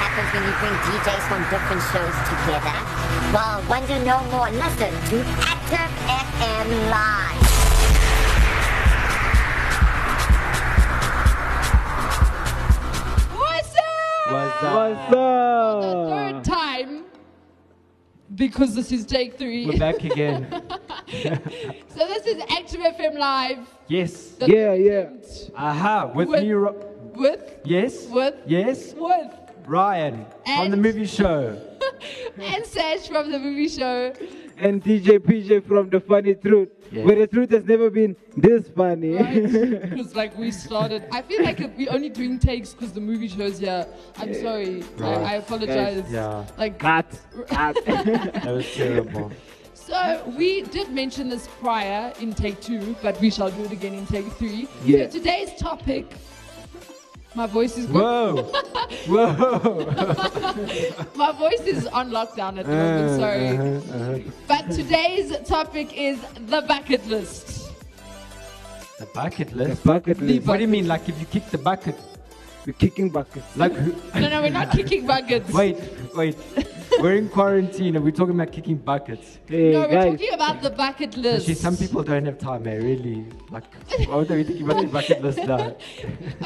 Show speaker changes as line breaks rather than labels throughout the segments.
bring DJs from different shows together. Well, wonder no more. Listen to Active FM Live.
What's up?
What's up?
The third time. Because this is take 3
We're back again.
So this is Active FM Live.
yes.
The
Yeah, yeah.
Aha. With,
With-
new. Ro-
With,
yes.
with,
Yes.
with.
Ryan from the
And-
movie show.
And Sash from the movie show.
And DJ PJ from The Funny Truth,
Yeah.
where the truth has never been this funny.
Right? It's like we started. I feel like we're only doing takes because the movie show's here. I'm sorry. I, I apologize.
Yeah.
Like
Cut. Cut.
That was terrible.
So we did mention this prior in take two, but we shall do it again in take three.
Yeah.
So today's topic. My voice is
Whoa. Whoa.
my voice is on lockdown at the
Uh,
moment. Sorry.
Uh-huh,
But today's topic is the bucket list.
The bucket list.
Bucket list.
What do you mean? Like if you kick the bucket?
We're kicking buckets.
Like who?
No, no, we're not kicking buckets.
Wait, wait. We're in quarantine and we're talking about kicking buckets.
Hey,
No, we're
guys.
talking about the bucket list.
Actually, some people don't have time, eh? Really. Like, why would they be thinking about the bucket list now?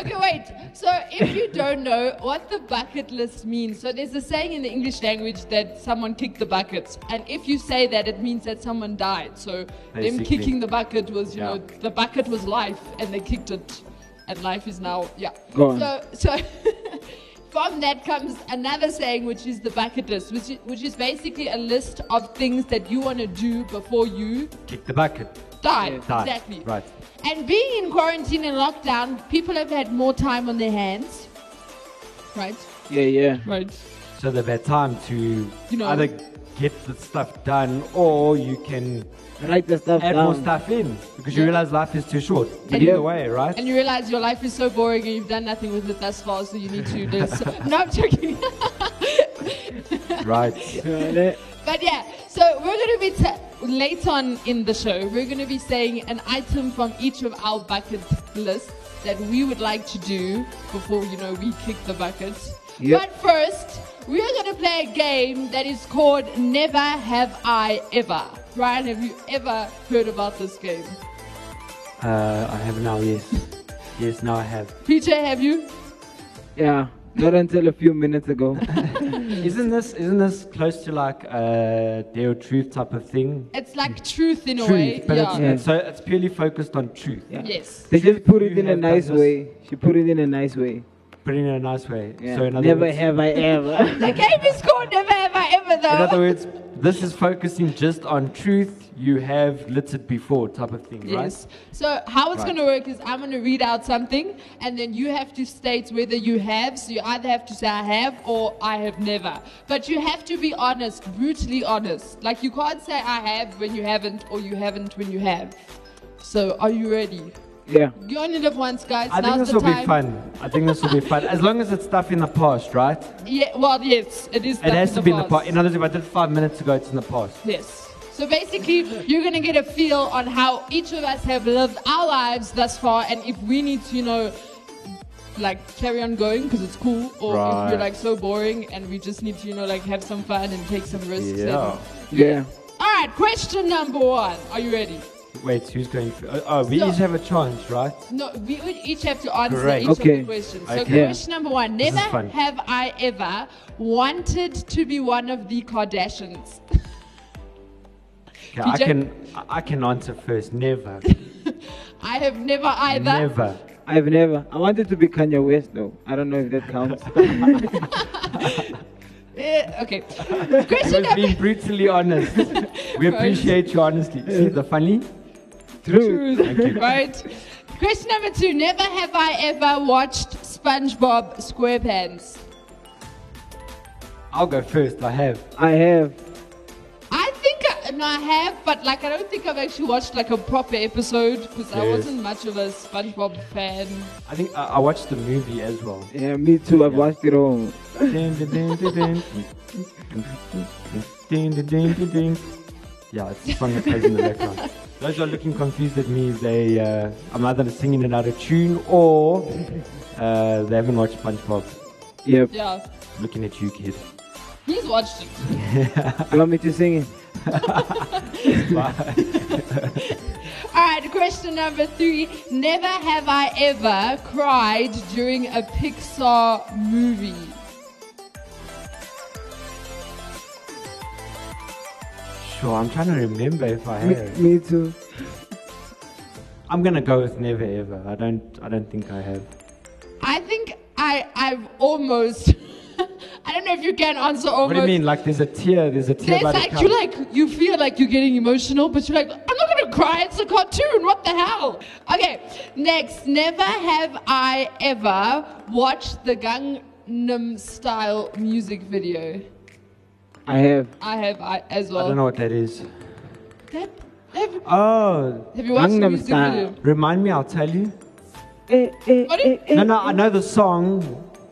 Okay, wait. So, if you don't know what the bucket list means, so there's a saying in the English language that someone kicked the buckets, and if you say that, it means that someone died. So, them
Basically.
kicking the bucket was, you know,
Yeah.
the bucket was life, and they kicked it, and life is now, yeah.
Go on.
So, so from that comes another saying, which is the bucket list, which is, which is basically a list of things that you want to do before you
Kick the bucket.
die.
Die.
Exactly.
Right.
And being in quarantine and lockdown, people have had more time on their hands. Right?
Yeah, yeah.
Right.
So they've had time to
You know.
either get the stuff done or you can
Write the stuff
add more
down.
stuff in because
Yeah.
you realize life is too short.
And
Either
you-
way, right?
And you realize your life is so boring and you've done nothing with it thus far, so you need to do so- No, I'm joking.
right.
Yeah,
but yeah, so we're going to be, t- late on in the show, we're going to be saying an item from each of our bucket lists that we would like to do before, you know, we kick the bucket.
Yep.
But first, we are going to play a game that is called Never Have I Ever. Ryan, have you ever heard about this game?
Uh, I have now, yes. Yes, now I have.
PJ, have you?
yeah. Not until a few minutes ago.
Hmm.
Isn't this isn't this close to like a dare or truth type of thing?
It's like truth in a way.
Truth, but it's,
yeah.
it's- so it's purely focused on truth.
Yeah.
Yes.
They just put it
You
in a
have done
nice
this.
way. She put it in a nice way.
Put it in a nice way.
Yeah.
So in other
Never
words,
have I ever.
The game is called Never Have I Ever,
in other
though.
words, this is focusing just on truth you have littered before type of thing,
Yes. So how it's
Right.
going to work is I'm going to read out something, and then you have to state whether you have. So you either have to say I have or I have never. But you have to be honest, brutally honest. Like you can't say I have when you haven't, or you haven't when you have. So are you ready?
yeah.
You only live once, guys.
I think
Now's
this
the
will
time.
be fun. I think this will be fun. As long as it's stuff in the past, right?
Yeah. Well, yes, it is.
It has to be in the
past.
past. In other words, if I did five minutes ago, it's in the past.
Yes. So basically, you're going to get a feel on how each of us have lived our lives thus far and if we need to, you know, like carry on going because it's cool or if
Right.
we're like so boring and we just need to, you know, like have some fun and take some risks.
Yeah.
Yeah.
And... All right, question number one. Are you ready?
Wait, who's going? For, oh, oh, we
So-
each have a chance, right?
No, we would each have to answer
Great.
each
Okay.
of the questions. So,
Okay.
question number one Never
is fun.
have I ever wanted to be one of the Kardashians.
Okay, I
PJ?
can I- I can answer first. Never,
I have never either.
never.
I've never. I wanted to be Kanye West though. I don't know if that counts.
Eh, okay.
He
question
was
number
being brutally honest. We appreciate you honestly. See the funny?
True.
Right. Question number two. Never have I ever watched SpongeBob SquarePants.
I'll go first. I have.
I have.
I think I, no, I have, but like I don't think I've actually watched like a proper episode because I
Yes.
wasn't much of a SpongeBob fan.
I think I, I watched the movie as well.
Yeah, me too. I've watched it all.
Dun, dun, dun, dun, dun. Dun, dun, dun, dun, dun. Yeah, it's the song that plays in the background. Those who are looking confused at me, they uh, I'm either singing it out of tune or uh, they haven't watched SpongeBob.
Yep.
Yeah.
Looking at you, kid.
He's watched it.
You want me to sing it?
All right, question number three. Never have I ever cried during a Pixar movie.
Sure, I'm trying to remember if I have.
Me, me too.
I'm gonna go with never ever. I don't. I don't think I have.
I think I I've almost. I don't know if you can answer almost.
What do you mean? Like there's a tear. There's a tear
There's
by the
like
cup.
you like you feel like you're getting emotional, but you're like, I'm not gonna cry. It's a cartoon. What the hell? Okay, next. Never have I ever watched the Gangnam Style music video.
I have.
I have I as well.
I don't know what that is.
That, have,
Oh,
have you watched the
Gangnam
music
Style.
video?
remind me. I'll tell you.
Eh, eh,
What
eh,
if-
eh.
No, no. I know the song.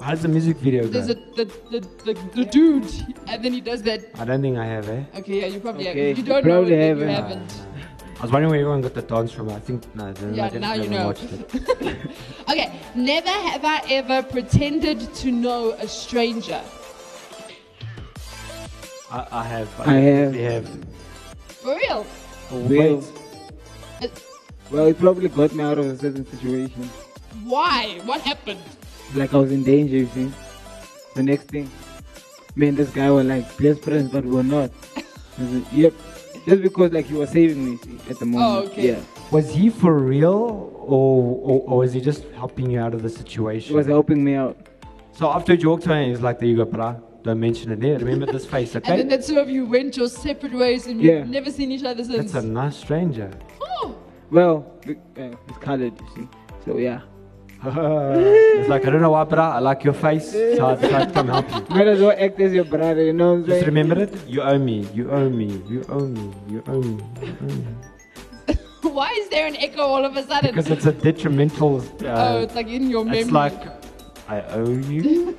How does the music video go?
There's a the the, the, the dude, and then he does that.
I don't think I have. Eh.
Okay, yeah, you probably
Okay,
have. You
you
don't
probably
know it, then
haven't.
you haven't.
I was wondering where everyone got the dance from. I think no. they-
Yeah,
I didn't
now you
haven't
know.
watched it.
Okay, never have I ever pretended to know a stranger.
I, I have. I,
I have.
definitely have.
For real.
Well,
Uh,
well, it probably got me out of a certain situation.
Why? What happened?
Like I was in danger, you see. The next thing, me and this guy were like best friends, but we were not. I was like, yep. Just because like he was saving me see, at the moment.
okay.
Yeah.
Was he for real, or, or or was he just helping you out of the situation?
He was helping me out.
So after you walked away, he's like, "There you go, brah. Don't mention it there. Remember this face,
And
okay?
then the two of you went your separate ways and you've
Yeah.
never seen each other since.
That's a nice stranger."
oh,
Well, we- uh, it's colored, you see. So yeah.
it's like, "I don't know why, brah. I like your face, so I'd like to help you."
Might as well act as your brother, you know what I'm saying?
Just remember it. You owe me. You owe me. You owe me. You owe me. You owe me.
why is there an echo all of a sudden?
Because it's a detrimental.
oh,
Uh,
it's like in your memory.
it's like, I owe you.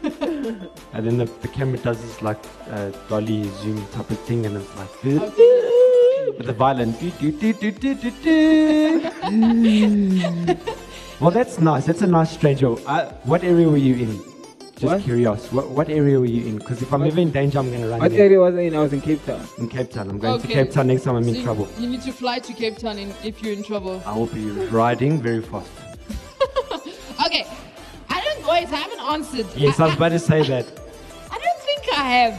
and then the, the camera does this like uh, dolly zoom type of thing, and it's like with the violin. Do, do, do, do, do, do, do. well, that's nice. That's a nice stranger. Uh, what area were you in? Just
What?
curious. What, what area were you in? Because if I'm ever in danger, I'm going to run
What
in,
area was I in? I was in Cape Town.
in Cape Town. I'm going to Cape Town next time I'm
So
in
you-
trouble.
You need to fly to Cape Town in, if you're in trouble.
I will be riding very fast.
Okay. I don't wait, I haven't answered.
Yes, I was about to say that.
I don't think I have.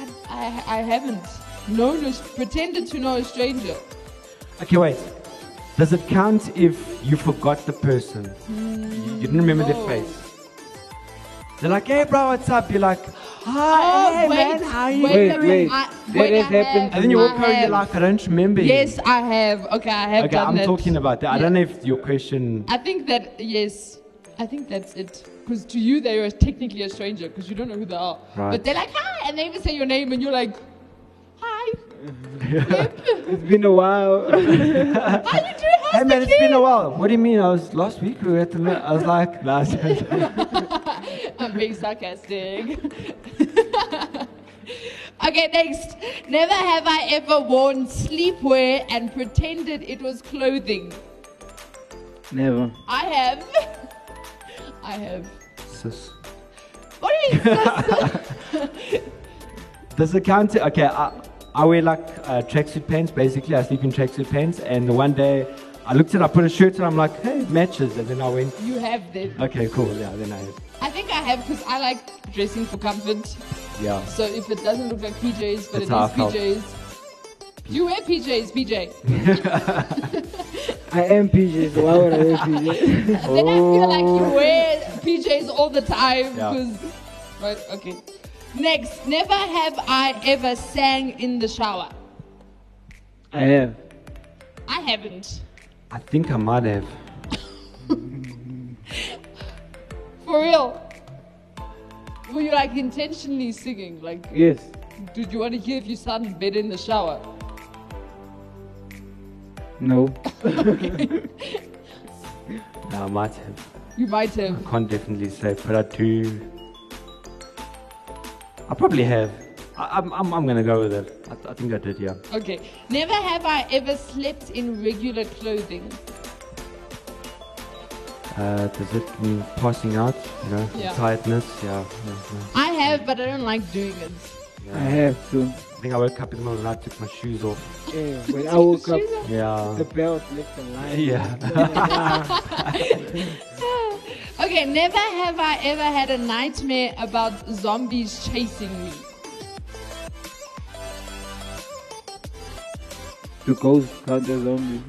I, I, I haven't known a, pretended to know a stranger.
Okay, wait. Does it count if you forgot the person? You- you didn't remember their
no.
face. They're like, hey, bro, what's up? You're like, hi, hey, man, how you
Oh, wait,
Wait,
a
doing?
minute,
wait.
I,
That
wait,
has
I
happened
have,
to
And then you
I
walk over, you're
have.
like, I don't remember you."
Yes, I have. Okay, I have
Okay,
done
I'm
that.
talking about that. I
Yeah.
don't know if your question.
I think that yes, I think that's it. Because to you they are technically a stranger because you don't know who they are.
Right.
But they're like hi, and they even say your name, and you're like, hi,
It's been a while.
how you doing? How's
Hey man,
the
it's been
kid?
a while. What do you mean? I was last week. We were at the. mi- I was like, nah, it's-
I'm being sarcastic. okay, next. Never have I ever worn sleepwear and pretended it was clothing.
Never.
I have. I have.
sis.
What do you mean?
Does it count? Okay, I, I wear like uh, tracksuit pants. Basically, I sleep in tracksuit pants. And one day, I looked at. I put a shirt on. I'm like, hey, it matches. And then I went.
you have them.
Okay, cool. Yeah, then I.
I think I have because I like dressing for comfort.
Yeah.
So if it doesn't look like PJs, but
That's how I felt.
it is PJs. Do you wear PJs, PJ?
I am PJ, so why would I wear PJ?
Then I feel like you wear PJs all the time
Yeah.
because. Right, okay. Next, never have I ever sang in the shower.
I have.
I haven't.
I think I might have.
For real. Were you like intentionally singing? Like,
Yes.
did you want to hear if you sound better in the shower?
No.
No, I might have.
You might have.
I can't definitely say, but I do. I probably have. I, I'm, I'm, I'm gonna go with it. I, I think I did, yeah.
Okay. Never have I ever slept in regular clothing.
Uh, does it mean passing out? You know,
Yeah.
tiredness. Yeah, yeah, yeah.
I have, but I don't like doing it.
I have to.
I think I woke up in the middle of the night, took my shoes off.
Yeah, when I woke up,
She's a-
Yeah.
the belt left alive.
Yeah.
okay, never have I ever had a nightmare about zombies chasing me.
The ghost count as zombie.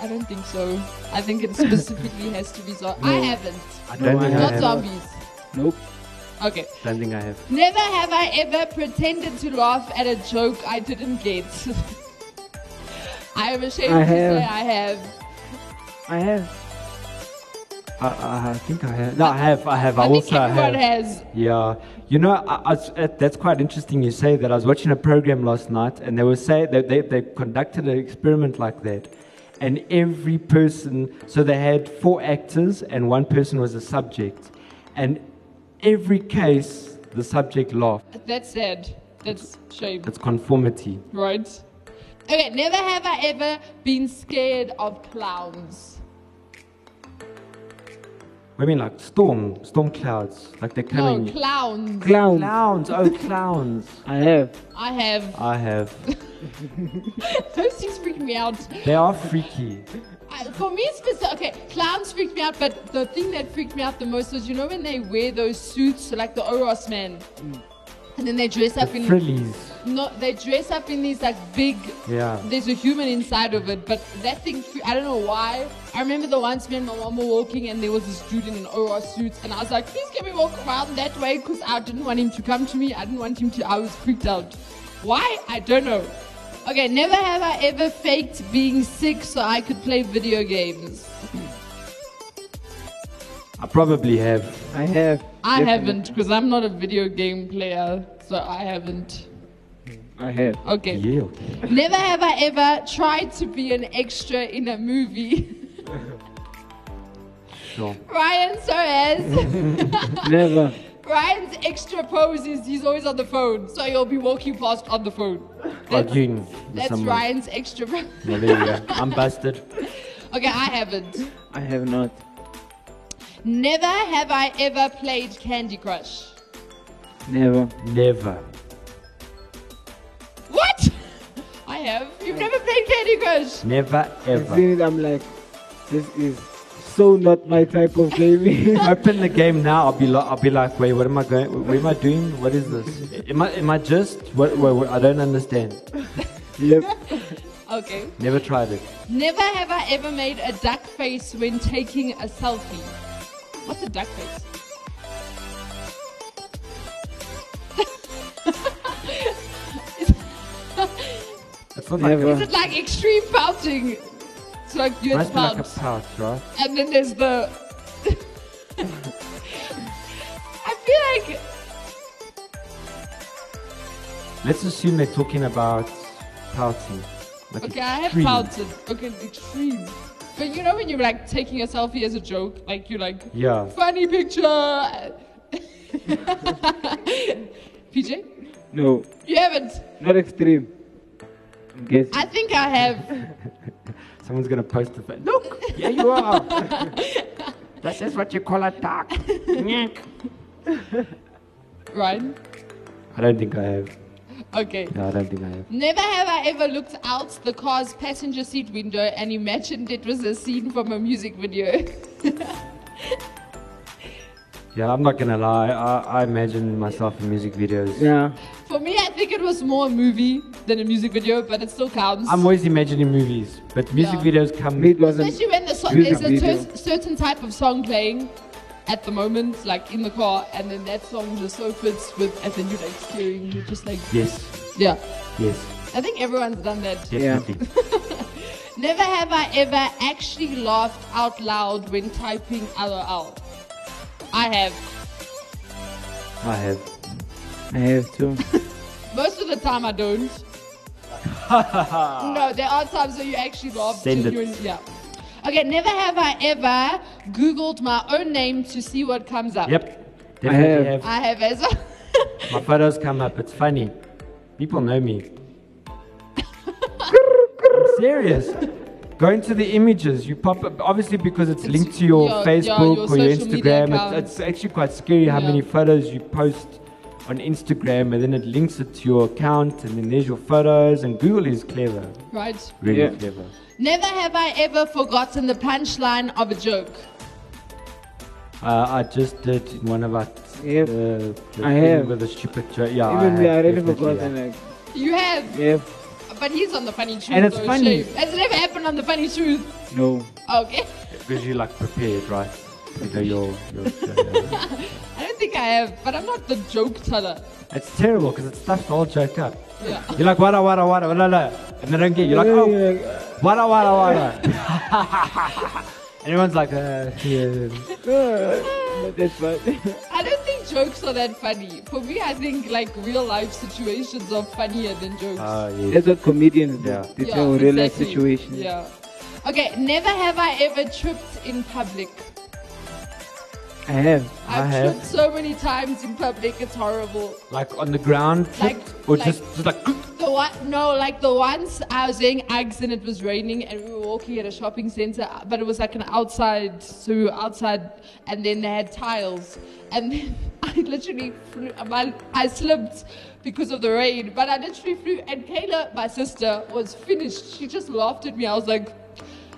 I don't think so. I think it specifically has to be zombies. I haven't.
I don't
No,
think
I
I
Not
haven't.
have.
zombies.
Nope.
Okay.
Don't think I have.
Never have I ever pretended to laugh at a joke I didn't get. I am ashamed
I
to say
have.
I have.
I have.
I, I, I think I have. No, I have. I have. I,
I, think
also
everyone
have.
has.
Yeah, you know, I, I was- uh, that's quite interesting you say that. I was watching a program last night, and they were saying that they, they conducted an experiment like that, and every person. So they had four actors, and one person was a subject, and every case the subject laughed.
That's sad. That's shame.
It's conformity.
Right? Okay, never have I ever been scared of clowns.
I mean, like storm, storm clouds, like they're
No,
coming.
clowns.
Clown.
clowns. Oh, clowns.
I have.
I have.
I have.
Those things freak me out.
They are freaky.
I, for me, specific. Okay, clowns freaked me out, but the thing that freaked me out the most was you know when they wear those suits, like the Oros man, and then they dress
The
up in
frillies.
no, they dress up in these like big.
Yeah.
There's a human inside of it, but that thing, fre- I don't know why. I remember the once me and my mom were walking, and there was this dude in an Oros suit, and I was like, please can we walk around that way? Because I didn't want him to come to me. I didn't want him to. I was freaked out. Why? I don't know. Okay, never have I ever faked being sick so I could play video games.
I probably have.
I have.
I
Definitely.
haven't because I'm not a video game player, so I haven't.
I have.
Okay.
Yeah.
Never have I ever tried to be an extra in a movie.
Sure.
Ryan Soares.
Never.
Ryan's extra pose is he's always on the phone, so he'll be walking past on the phone. That's,
Arguing with
that's
someone.
Ryan's extra. po-
Yeah, there you go. I'm busted.
okay, I haven't.
I have not.
Never have I ever played Candy Crush.
Never.
Never.
What? I have. You've never played Candy Crush.
Never
I've
ever.
seen it, I'm like, this is so not my type of gaming.
Open the game now. I'll be like, I'll be like, wait, what am I going? What am I doing? What is this? Am I, am I just? What, what, what- I don't understand.
yep.
Okay.
Never tried it.
Never have I ever made a duck face when taking a selfie. What's a duck face?
It's not like
Is
Never.
it like extreme pouting? It's like you
must
have
be like a
pout,
pouch, right?
and then there's the. I feel like
Let's assume they're talking about pouting. Like
okay, I have
extreme.
pouted. Okay, extreme. But you know when you're like taking a selfie as a joke, like you're like
Yeah.
funny picture. PJ,
No.
you haven't.
Not extreme. I'm guessing.
I think I have.
Someone's gonna post a photo. Look, here you are. this is what you call a duck.
Ryan?
I don't think I have.
Okay.
No, I don't think I have.
Never have I ever looked out the car's passenger seat window and imagined it was a scene from a music video.
Yeah, I'm not gonna lie. I, I imagine myself in music videos.
yeah.
For me, I think it was more a movie than a music video, but it still counts.
I'm always imagining movies, but music
Yeah.
videos come.
It wasn't.
Especially when the song
Music
there's a
video.
cer- certain type of song playing at the moment, like in the car, and then that song just so fits with, and then you're like steering, you're just like,
Yes,
yeah.
yes,
I think everyone's done that.
definitely.
Never have I ever actually laughed out loud when typing LOL. I have.
I have.
I have to.
Most of the time, I don't. no, there are times where you actually laugh.
Send it.
genuinely- Yeah. Okay, never have I ever Googled my own name to see what comes up.
Yep, definitely
have.
have.
I have as well.
My photos come up. It's funny. People know me. I'm serious. Go into the images. You pop up, obviously because it's, linked to your
your- yeah,
Facebook
your
or your
social media
Instagram.
account.
It's, it's actually quite scary how
Yeah.
many photos you post on Instagram, and then it links it to your account, and then there's your photos. And Google is clever,
Right.
really
Yeah.
clever.
Never have I ever forgotten the punchline of a joke.
Uh, I just did in one of our.
Yep.
uh, the
I
thing
have.
With a stupid joke. Yeah,
Even
I
me, I
have,
already
definitely,
forgot.
yeah.
and Like,
You have,
yeah,
but he's on the funny truth.
And it's
so
funny.
shame. Has it ever happened on the funny truth?
no.
Okay.
Because you're like prepared, right? You know, you're, you're,
I don't think I have, but I'm not the joke teller.
it's terrible because it stuffs the whole joke up.
Yeah.
You're like, wada, wada, wada, wada, wada. And they don't get you. You're like,
Yeah,
oh,
yeah,
wada, wada, wada. And Everyone's like, uh, yeah.
uh, but that's fine.
I don't think jokes are that funny. For me, I think like real life situations are funnier than jokes.
Oh, yeah.
that's what comedians do.
Yeah.
They tell real life
exactly.
situations.
Yeah. Okay, never have I ever tripped in public.
I have.
I
I've
have.
tripped so many times in public, it's horrible.
Like on the ground,
Like-
or
like-
just, just like,
The one, no, like the once I was doing eggs and it was raining and we were walking at a shopping center, but it was like an outside, so we were outside and then they had tiles. And then I literally flew, my, I slipped because of the rain, but I literally flew. And Kayla, my sister, was finished. She just laughed at me. I was like,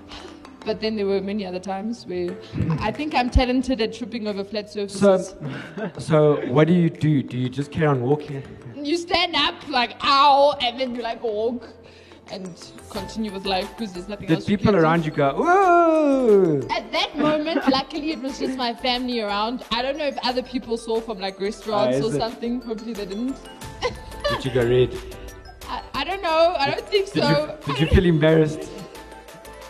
but then there were many other times where I think I'm talented at tripping over flat
so,
surfaces.
so what do you do? Do you just carry on walking?
You stand up like ow, and then you like walk and continue with life because there's nothing
Did
else. you
people
can do.
around you go, whoa?
At that moment, luckily it was just my family around. I don't know if other people saw from like restaurants
Ah,
or
is it?
something. Hopefully they didn't.
Did you go red?
I, I don't know. I don't think
Did,
so.
you, did you feel embarrassed?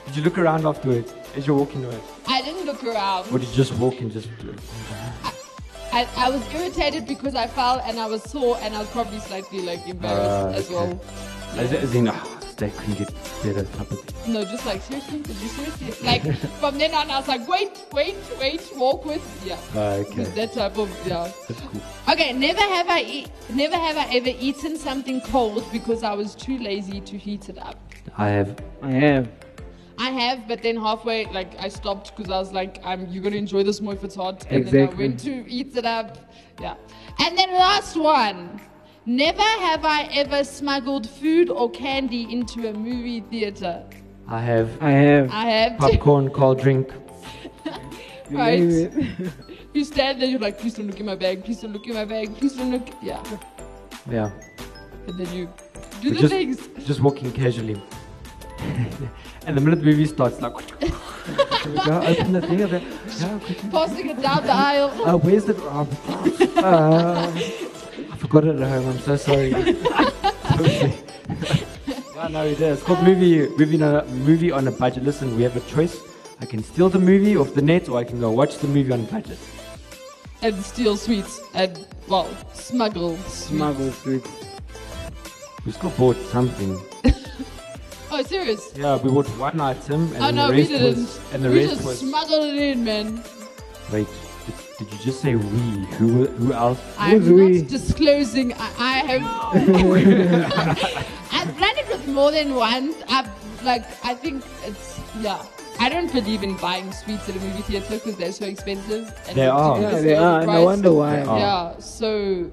Did you look around afterwards as you're walking away?
I didn't look
Or
around.
did you just walk and just do it?
I, I was irritated because I fell and I was sore and I was probably slightly like embarrassed
Ah,
as
okay.
well.
As, as in, oh, they couldn't get better type of thing.
No, just like seriously, did you seriously? Like from then on, I was like, wait, wait, wait, walk with, yeah.
Ah, okay.
With That type of yeah.
That's cool.
Okay, never have I e- never have I ever eaten something cold because I was too lazy to heat it up.
I have.
I have.
I have, but then halfway, like I stopped because I was like, "I'm you're gonna enjoy this more if it's hot." And then I
Exactly.
went to eat it up. Yeah. And then last one. Never have I ever smuggled food or candy into a movie theater.
I have
I have.
I have. too.
popcorn, cold drink.
right. You stand there, you're like, please don't look in my bag, please don't look in my bag, please don't look. Yeah.
Yeah.
And then you do
But
the
just,
things.
just walking casually. and the minute the movie starts, like, Here we go, open the thing. Over. Yeah, quickly.
Passing it down the aisle.
Uh, where's the. Oh, uh, I forgot it at home. I'm so sorry. no, no, it is. It's called movie, movie, on a, movie on a budget. Listen, we have a choice. I can steal the movie off the net, or I can go watch the movie on budget.
And steal sweets. And, well, smuggle sweets.
Smuggle sweet.
We still bought something.
Oh, serious?
Yeah, we bought one item, and
Oh,
then
no,
the
we
rest
didn't.
was. And the
we
rest
just
was.
smuggled it in, man.
Wait, did, did you just say we? Who? Who else?
I'm
Who's
not
we?
disclosing. I, I have. I've done it with more than once. I've, like, I think it's, yeah. I don't believe in buying sweets at a movie theater because they're so expensive. and
They are.
ridiculous
Yeah, they are. And I
overpriced.
wonder why.
Oh.
Yeah, so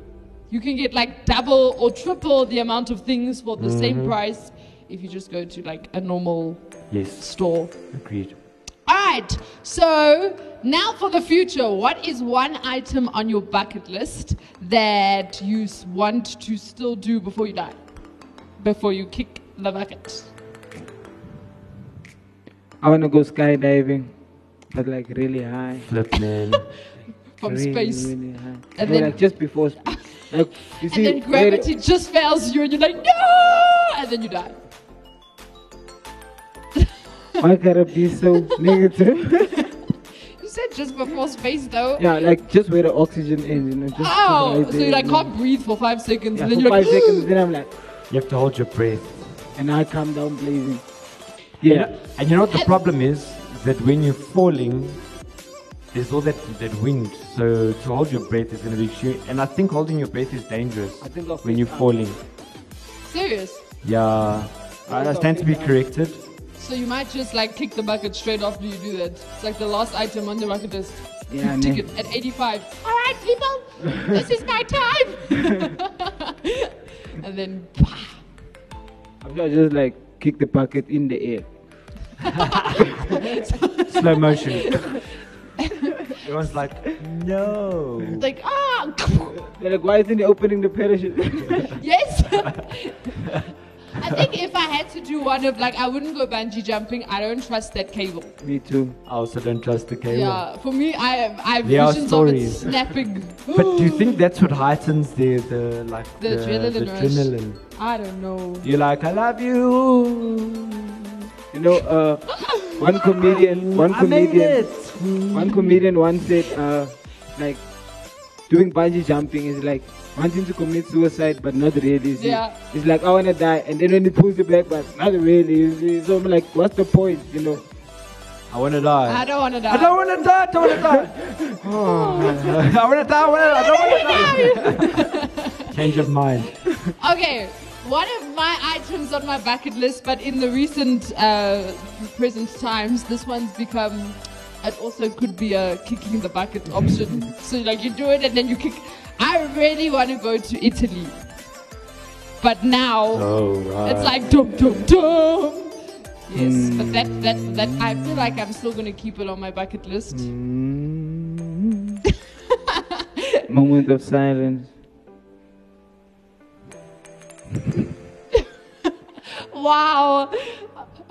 you can get like double or triple the amount of things for the
Mm-hmm.
same price if you just go to like a normal
Yes,
store.
agreed.
All right, so now for the future, what is one item on your bucket list that you s- want to still do before you die? Before you kick the bucket?
I want to go skydiving, but like really high.
Flip man.
From
really,
space.
Really high.
And
no,
then-
like just before. sp- Like, you see,
and then gravity just fails you and you're like, no! And then you die.
why- Why gotta be so negative?
You said just before space though.
yeah, like just where the oxygen ends, you know. Just
Ow!
right
Oh, So you
there,
like
you know.
can't breathe for five seconds,
Yeah,
and then
for
you're
five
like,
seconds, then I'm like,
you have to hold your breath.
and I come down blazing.
You
Yeah.
know- and you know what the problem is? Is That when you're falling, there's all that, that wind. So to hold your breath is going to be extreme. And I think holding your breath is dangerous
I think I'll
when you're
freak out.
falling.
serious.
Yeah. I, I stand to be corrected.
So you might just like kick the bucket straight after you do that. It's like the last item on the bucket list.
Yeah, I
Tick
know.
it at 85. All right, people, this is my time. and then, pah.
I'm sure just like kick the bucket in the air.
Slow motion. Everyone's like, no.
like ah,
They're like, why isn't he opening the parachute?
yes. I think if I had to do one of like, I wouldn't go bungee jumping. I don't trust that cable.
Me too.
I also don't trust the cable.
Yeah, for me, I have I have
There are
visions of it
stories.
snapping.
But do you think that's what heightens the, the like
The adrenaline
the
rush.
adrenaline?
I don't know.
You're like, I love you.
You know, uh, one comedian, one
I made
comedian,
it.
one comedian once said, uh, like, doing bungee jumping is like wanting to commit suicide, but not really. you see.
Yeah.
It's like I wanna die, and then when he pulls the back, but not really. you see. So I'm like, what's the point? You know.
I want to die.
I don't want to die.
I don't want to die. I don't want to die. Oh. I want to die. I, wanna, I don't want to die. Change of mind.
Okay, one of my items on my bucket list, but in the recent uh, present times, this one's become. It also could be a kicking the bucket option. so like you do it and then you kick. I really want to go to Italy, but now
Oh, right.
it's like dum dum dum. Yes, but that that that I feel like I'm still gonna keep it on my bucket list.
Moment of silence.
Wow.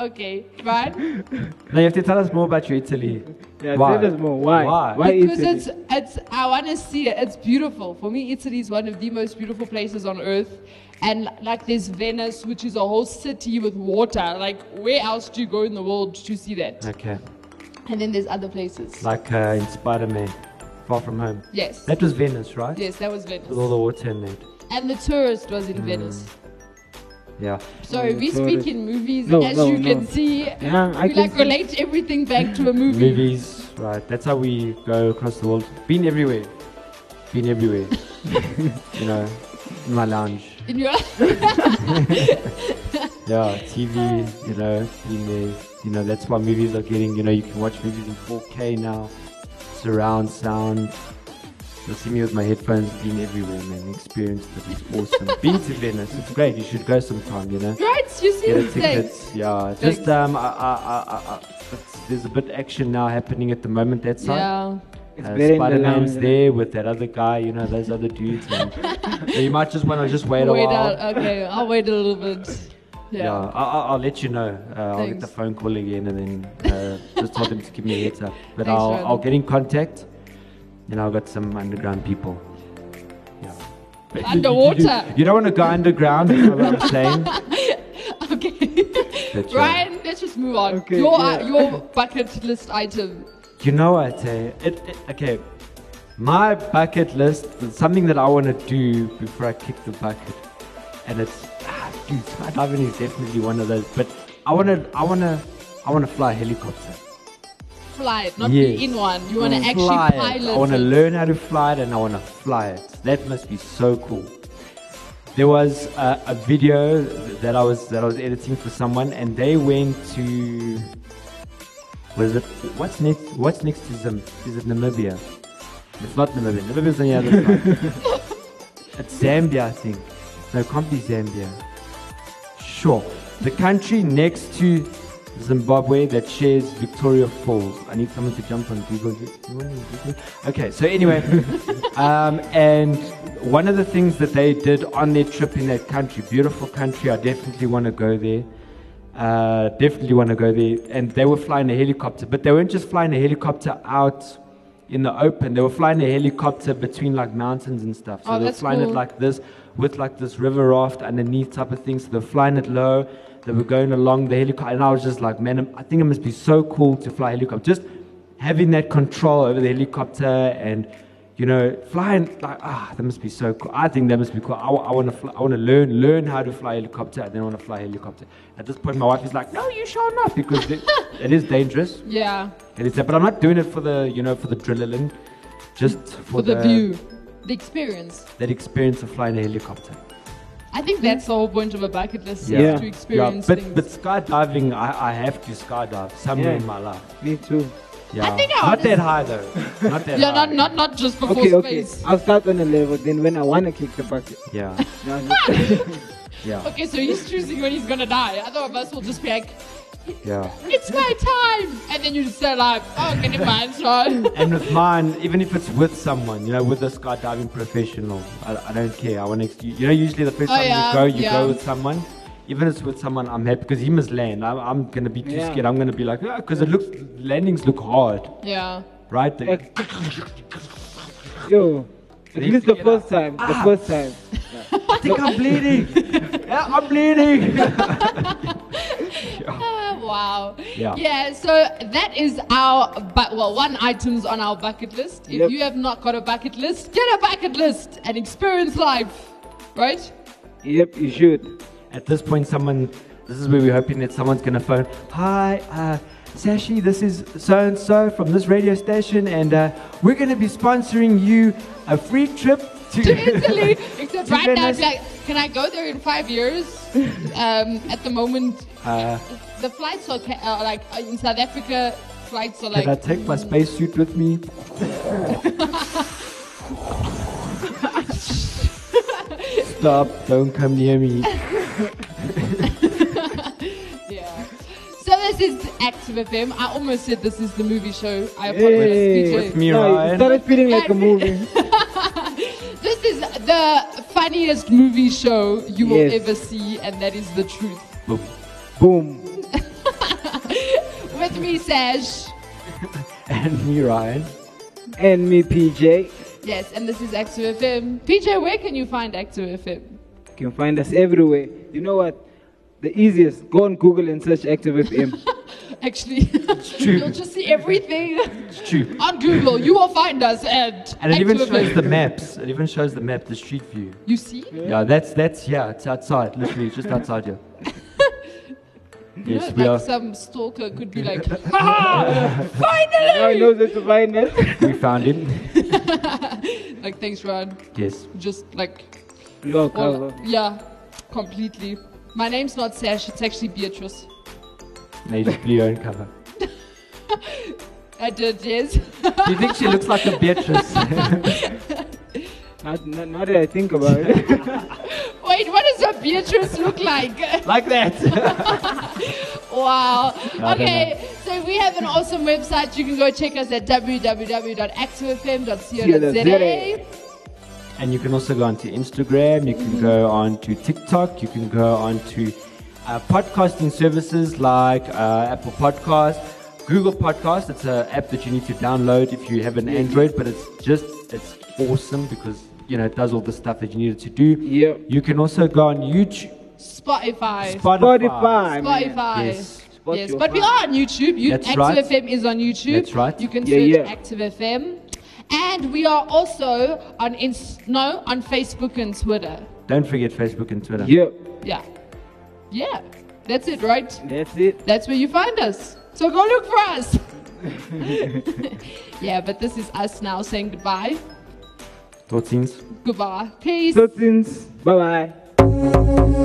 Okay, right.
Now you have to tell us more about your Italy.
Yeah,
Why?
tell us more. Why?
Why?
because
Italy?
it's it's I want to see it. It's beautiful for me. Italy is one of the most beautiful places on earth, and like there's Venice, which is a whole city with water. Like where else do you go in the world to see that?
Okay.
And then there's other places.
Like uh, in Spider-Man, Far From Home.
Yes.
That was Venice, right?
yes, that was
With all
Venice.
the water in it.
And the tourist was in Venice.
Yeah.
So
Oh, Mm. the
we
tourist.
speak in movies,
No,
as
no,
you can
no.
see.
Yeah, I
we
can
like
see.
relate everything back to a movie.
Movies, right. That's how we go across the world. Been everywhere. Been everywhere. you know, in my lounge.
In your
Yeah, TV, you know, been there. You know, that's why movies are getting, you know, you can watch movies in 4K now. Surround sound. You'll see me with my headphones, been everywhere, man. Experienced it. It's awesome. been to Venice. It's great. You should go sometime, you know.
right, you see
Get
the
a ticket.
things.
Yeah, just um, I, I, I, I, I- it's- there's a bit of action now happening at the moment. That's side.
Yeah.
It's
Uh,
better in the
Spider Man's
lounge.
there with that other guy, you know, those other dudes. And so you might just want to just wait, a
Wait
while.
out. Okay, I'll wait a little bit.
yeah,
Yeah.
I, I, I'll let you know. Uh, I'll get the
Thanks.
phone call again and then uh, just tell them to give me a heads up. But
Thanks,
I'll,
Jordan.
I'll get in contact and I've got some underground people. Yeah. But you- you- You,
Underwater.
you don't want to go underground, you know what I'm saying?
Okay.
But, uh, yeah.
Ryan, let's just move on.
Okay,
your
yeah.
uh, your bucket list item.
You know what? Eh? It, it, okay, my bucket list is something that I want to do before I kick the bucket, and it's ah, dude, skydiving is definitely one of those. But I want to, I want to, I want to fly a helicopter.
Fly it, not
Yes.
be in one. You want to
Mm.
actually
fly
pilot
it. I want to
it.
learn how to fly it and I want to fly it. That must be so cool. There was a, a video that I was that I was editing for someone, and they went to was it what's next? What's next to Zim? Is it Namibia? It's not Namibia. Namibia's on the other side. it's Zambia, I think. No, it can't be Zambia. Sure. The country next to Zimbabwe that shares Victoria Falls. I need someone to jump on Google. You- you want me to Google? Okay, so anyway, um, and one of the things that they did on their trip in that country, beautiful country, I definitely want to go there. Uh, definitely want to go there. And they were flying a helicopter, but they weren't just flying a helicopter out in the open. They were flying a helicopter between like mountains and stuff. So
Oh,
they were
that's
flying it
cool.
like like this with like this river raft underneath type of thing. So they're flying it low. They were going along the helicopter, and I was just like, man, I think it must be so cool to fly a helicopter. Just having that control over the helicopter and you know flying like ah that must be so cool i think that must be cool i, want to i want to learn learn how to fly a helicopter and then want to fly a helicopter at this point my wife is like no you shall not because it, it is dangerous
Yeah,
it is but i'm not doing it for the you know for the adrenaline just for,
for the view, the experience.
that experience of flying a helicopter
I think that's the whole point of a bucket list
Yeah.
is
Hmm? Yeah.
to
Yeah,
experience
but,
things.
but skydiving, I, I have to skydive somewhere
Yeah.
in my life.
Me too.
Yeah.
think I
not
would-
that high though. Not that
yeah,
high.
not, not not just before
Okay, okay.
space.
I'll start on a level. Then when I wanna kick the bucket,
Yeah.
now I'm just-
Yeah.
Okay, so he's choosing when he's gonna die. Other of us will just be like,
Yeah.
it's my time, and then you're just alive. Oh, okay, never mind, Sean.
And with mine, even if it's with someone, you know, with a skydiving professional, I, I don't care. I want to, you know, usually the first
Oh,
time
yeah,
you go, you
yeah.
go with someone. Even if it's with someone, I'm happy because he must land. I'm, I'm gonna be too
Yeah.
scared. I'm gonna be like, because it looks landings look hard,
yeah.
right? They-
Like- yo, at
Lift
least the
it
first time,
Ah.
the first time.
I think I'm bleeding. yeah, I'm bleeding.
Oh, wow.
Yeah.
so that is our, but well, one item's on our bucket list. If
Yep.
you have not got a bucket list, get a bucket list and experience life, right?
Yep, you should.
At this point, someone, this is where we're hoping that someone's going to phone. Hi, uh, Sashi, this is so and so from this radio station, and uh, we're going to be sponsoring you a free trip to,
to Italy. Except
To
right now, it's
Venice.
like, can I go there in five years? Um, at the moment,
Uh,
the flights are ca- uh, like uh, in South Africa. Flights are
Can I
like
take my spacesuit with me? Stop, don't come near me.
yeah. So this is Active FM. I almost said this is the movie show. I
Hey.
apologize.
With me,
No, it
Ryan.
started feeling like a movie.
This is the funniest movie show you will
Yes.
ever see, and that is the truth.
Boom.
With me, Sash.
And me, Ryan.
And me, PJ.
Yes, and this is Active FM. PJ, where can you find Active FM?
You can find us everywhere. You know what? The easiest, go on Google and search Active FM.
Actually,
true.
you'll just see everything.
It's true.
on Google, you will find us at.
And it even shows
Activate.
the maps. It even shows the map, the street view.
You see?
Yeah, that's that's yeah, it's outside, literally, it's just outside here.
You
yes,
know,
we
like
are.
some stalker could be like, ah,
now he
finally!
knows where to find us.
We found him.
Like, thanks, Ron.
Yes.
Just like,
Block
all,
cover.
yeah, completely. My name's not Sash, it's actually Beatrice.
Major blue own cover.
I did, yes.
Do you think she looks like a Beatrice?
Not, not, not that I think about it.
Wait, what does a Beatrice look like?
like that.
Wow.
I don't
okay, so we have an awesome website. You can go check us at www.activefm.co.za.
and you can also go onto Instagram, you can go onto TikTok, you can go onto uh, podcasting services like uh, Apple Podcast, Google Podcast. It's an app that you need to download if you have an Android, but it's just it's awesome because you know it does all the stuff that you need it to do.
Yep.
You can also go on YouTube,
Spotify.
Spotify. man.
Spotify.
Yes.
Yes, but we are on YouTube. You,
That's
Active
right.
FM is on YouTube.
That's right.
You can
Yeah,
search
yeah.
Active FM. And we are also on ins- no on Facebook and Twitter.
Don't forget Facebook and Twitter.
Yep.
Yeah. Yeah. That's it, right?
That's it.
That's where you find us. So go look for us. yeah, but this is us now saying goodbye.
Thoughts, Ins?
Goodbye. Peace.
So since, bye bye.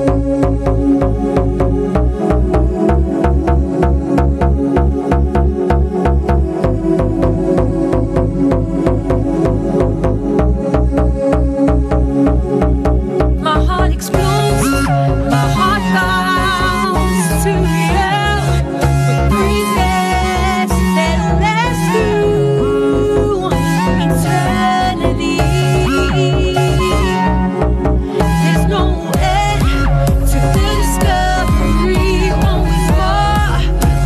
My heart explodes, my heart bounds to hell with breezes that last through eternity. There's no end to the discovery, always more. Oh,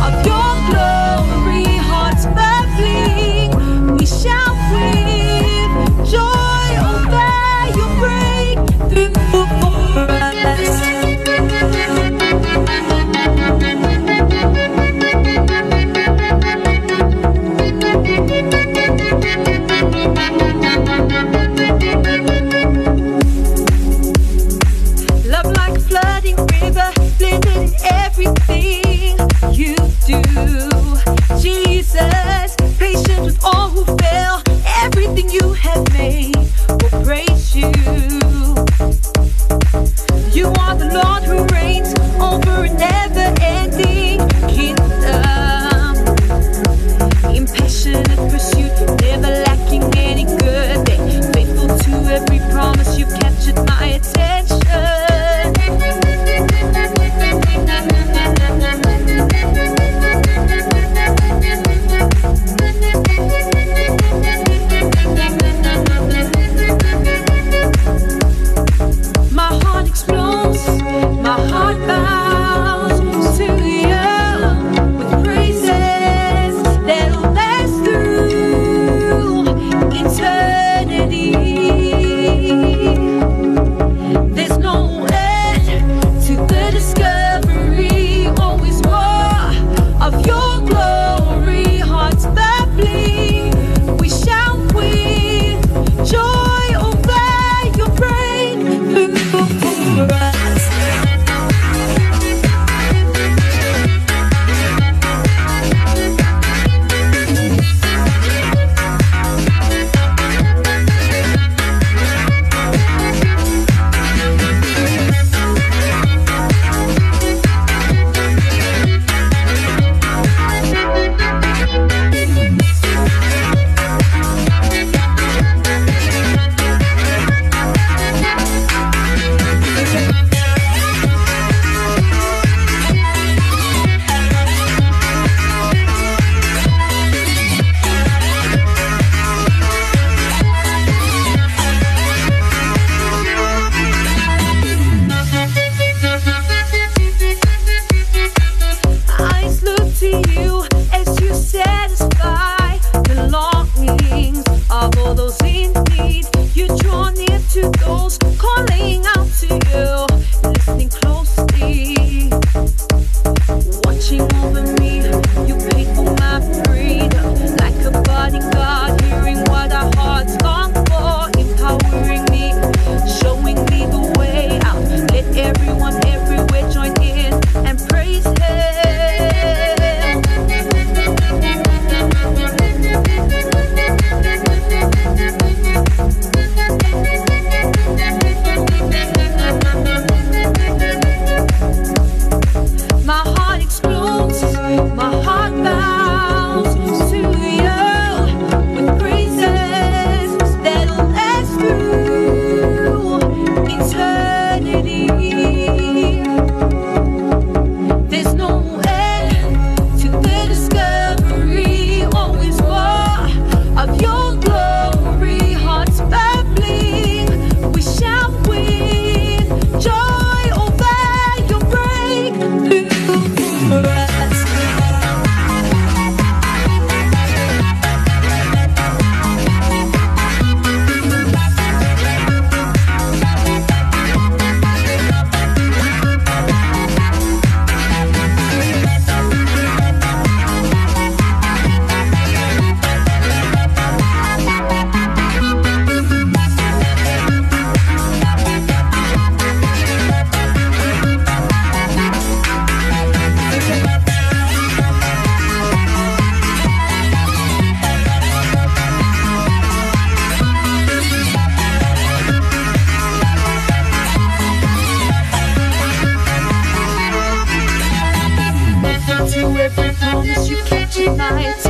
midnight